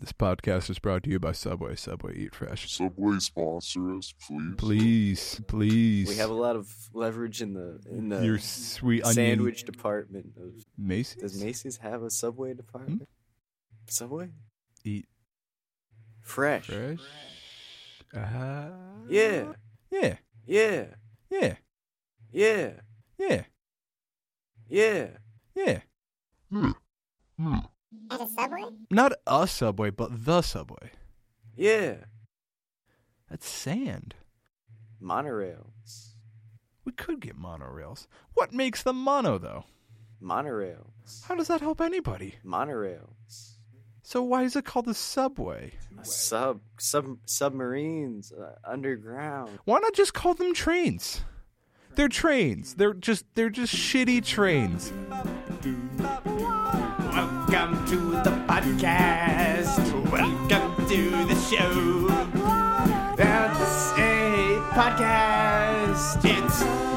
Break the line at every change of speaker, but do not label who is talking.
This podcast is brought to you by Subway. Subway, eat fresh.
Subway sponsor us, please.
Please, please.
We have a lot of leverage in the in the
your sweet onion
sandwich department. Of,
Macy's.
does Macy's have a Subway department? Subway
eat
fresh.
fresh? Uh,
Yeah,
yeah,
yeah,
yeah,
yeah,
yeah,
yeah.
yeah.
At a subway?
Not a Subway, but the Subway.
Yeah,
That's sand.
monorails,
We could get monorails. What makes them mono, though?
monorails,
How does that help anybody?
monorails.
So why is it called the Subway?
A sub sub submarines uh, underground.
Why not just call them trains? They're trains. They're just they're just shitty trains.
Welcome to the podcast. Welcome to the show. That's a podcast. It's